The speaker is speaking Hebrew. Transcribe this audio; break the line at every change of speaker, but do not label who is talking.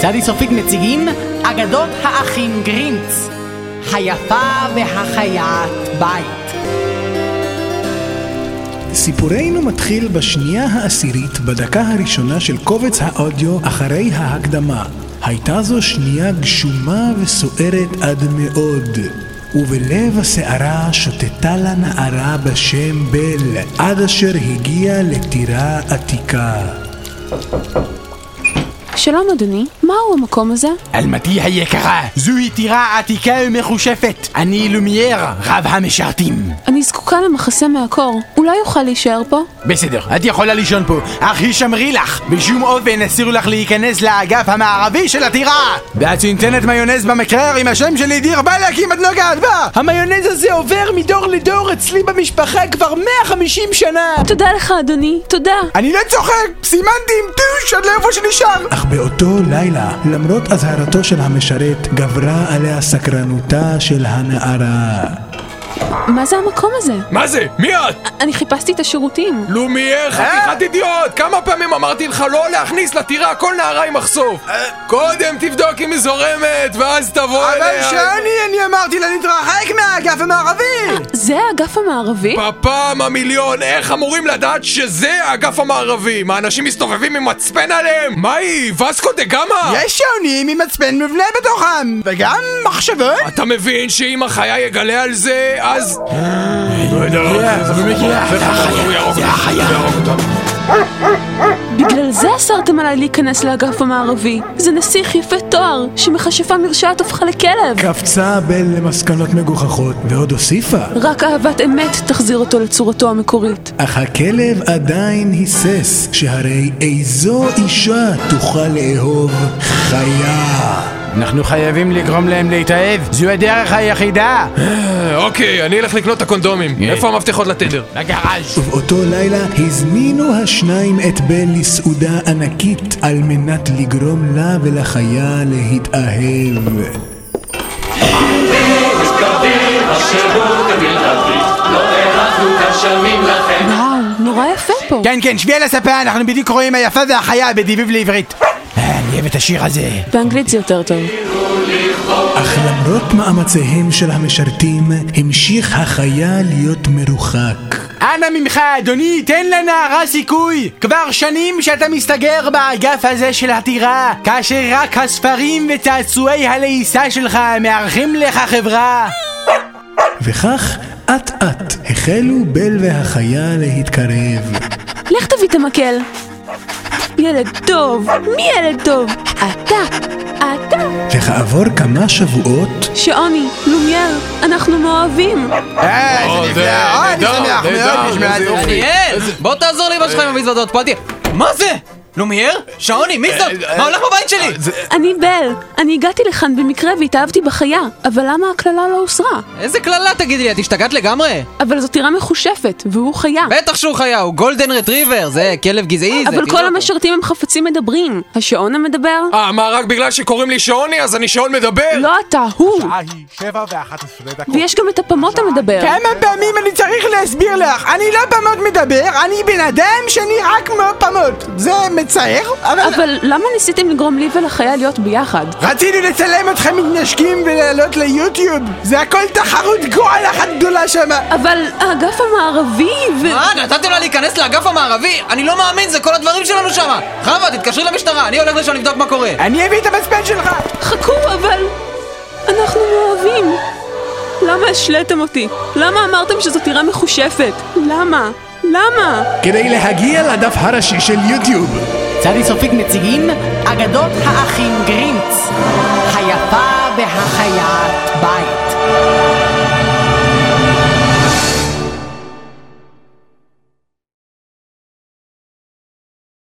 צדי סופיק מציגים אגדות האחים גרינץ, היפה והחיית בית.
סיפורנו מתחיל בשנייה העשירית, בדקה הראשונה של קובץ האודיו אחרי ההקדמה. הייתה זו שנייה גשומה וסוערת עד מאוד. ובלב הסערה שוטטה לה נערה בשם בל, עד אשר הגיעה לטירה עתיקה.
שלום אדוני, מהו המקום הזה?
אלמתי היקרה, זוהי טירה עתיקה ומחושפת. אני לומייר, רב המשרתים.
אני זקוקה למחסה מהקור, אולי אוכל להישאר פה?
בסדר, את יכולה לישון פה, אך הישמרי לך. בשום אופן אסור לך להיכנס לאגף המערבי של הטירה! ואת שניתנת מיונז במקרר עם השם שלי דיר בלק אם את נוגעת בה!
המיונז הזה עובר מדור לדור אצלי במשפחה כבר 150 שנה!
תודה לך אדוני, תודה.
אני לא צוחק! סימנתי עם טוש עד לאיפה שנשאר!
אך באותו לילה, למרות אזהרתו של המשרת, גברה עליה סקרנותה של הנערה.
מה זה המקום הזה?
מה זה? מי את? לא.
אני חיפשתי את השירותים.
לומייר, חתיכת אה, אידיוט! כמה פעמים אמרתי לך לא להכניס לטירה כל נערה עם מחשוף?
אה.
קודם תבדוק אם היא זורמת, ואז תבוא
אבל
אליה.
שאני, אני אמרתי לה להתרחק מהאגף המערבי!
זה האגף המערבי?
בפעם המיליון, איך אמורים לדעת שזה האגף המערבי? מה, אנשים מסתובבים עם מצפן עליהם? מה היא, וסקו דה גמא?
יש שעונים עם מצפן מובנה בתוכם, וגם מחשבות.
אתה מבין שאם החיה יגלה על זה, אז... לא יודע, זה הוא יהרוג אותה, הוא יהרוג אותה.
בגלל זה אסרתם עליי להיכנס לאגף המערבי. זה נסיך יפה תואר, שמכשפה מרשעת הפכה לכלב.
קפצה בל למסקנות מגוחכות, ועוד הוסיפה.
רק אהבת אמת תחזיר אותו לצורתו המקורית.
אך הכלב עדיין היסס, שהרי איזו אישה תוכל לאהוב חיה.
אנחנו חייבים לגרום להם להתאהב, זו הדרך היחידה!
אוקיי, אני אלך לקנות את הקונדומים. איפה המפתחות לתדר?
לגראז'
ובאותו לילה הזמינו השניים את בל לסעודה ענקית, על מנת לגרום לה ולחיה להתאהב.
וואו, נורא יפה פה.
כן, כן, שבי על הספה, אנחנו בדיוק רואים היפה והחיה בדיביב לעברית. אה, אני אוהב את השיר הזה.
באנגלית זה יותר טוב.
אך למרות מאמציהם של המשרתים, המשיך החיה להיות מרוחק.
אנא ממך, אדוני, תן לנערה סיכוי! כבר שנים שאתה מסתגר באגף הזה של הטירה, כאשר רק הספרים וצעצועי הלעיסה שלך מארחים לך חברה.
וכך, אט אט החלו בל והחיה להתקרב.
לך תביא את המקל. ילד טוב, מי ילד טוב? אתה, אתה.
וכעבור כמה שבועות,
שעוני, לומייר, אנחנו מאוהבים.
אה, זה נפלא, אה, אני
נהדר,
שמח מאוד
נהדר,
לשמוע את
איזה
זה.
יופי.
דניאל! בוא תעזור לי עם שלך עם המזוודות, פה תהיה... מה זה? לומייר? שעוני, מי זאת? מה הולך בבית שלי?
אני בל, אני הגעתי לכאן במקרה והתאהבתי בחיה, אבל למה הקללה לא הוסרה?
איזה קללה תגידי לי, את השתגעת לגמרי?
אבל זו טירה מחושפת, והוא חיה.
בטח שהוא חיה, הוא גולדן רטריבר, זה כלב גזעי, זה...
אה,
כאילו לא
אבל כל
תינוק.
המשרתים הם חפצים מדברים. השעון המדבר?
אה, מה, רק בגלל שקוראים לי שעוני, אז אני שעון מדבר?
לא אתה, הוא.
היא שבע ואחת עשרה דקות.
ויש גם את הפמוט המדבר.
כמה פעמים אני צריך להסביר לך? אני לא פמות מדבר, אני בן אדם שנראה כמו פמות. זה מצער, אבל...
אבל למה ניסיתם לגרום לי ולחיה להיות ביחד?
רצינו לצלם אתכם מתנשקים ולעלות ליוטיוב. זה הכל תחרות גועל אחת גדולה שמה.
אבל האגף המערבי ו...
מה, אה, נתתם לה להיכנס לאגף המערבי? אני לא מאמין, זה כל הדברים שלנו שמה! חווה, תתקשרי למשטרה, אני הולך לשם לבדוק מה קורה.
אני אביא את המצפן שלך!
חכו, אבל... אנחנו מאוהבים. למה השליתם אותי? למה אמרתם שזו טירה מחושפת? למה? למה?
כדי להגיע לדף הראשי של יוטיוב.
צדי סופיק מציגים אגדות האחים גרינץ, היפה והחיית בית.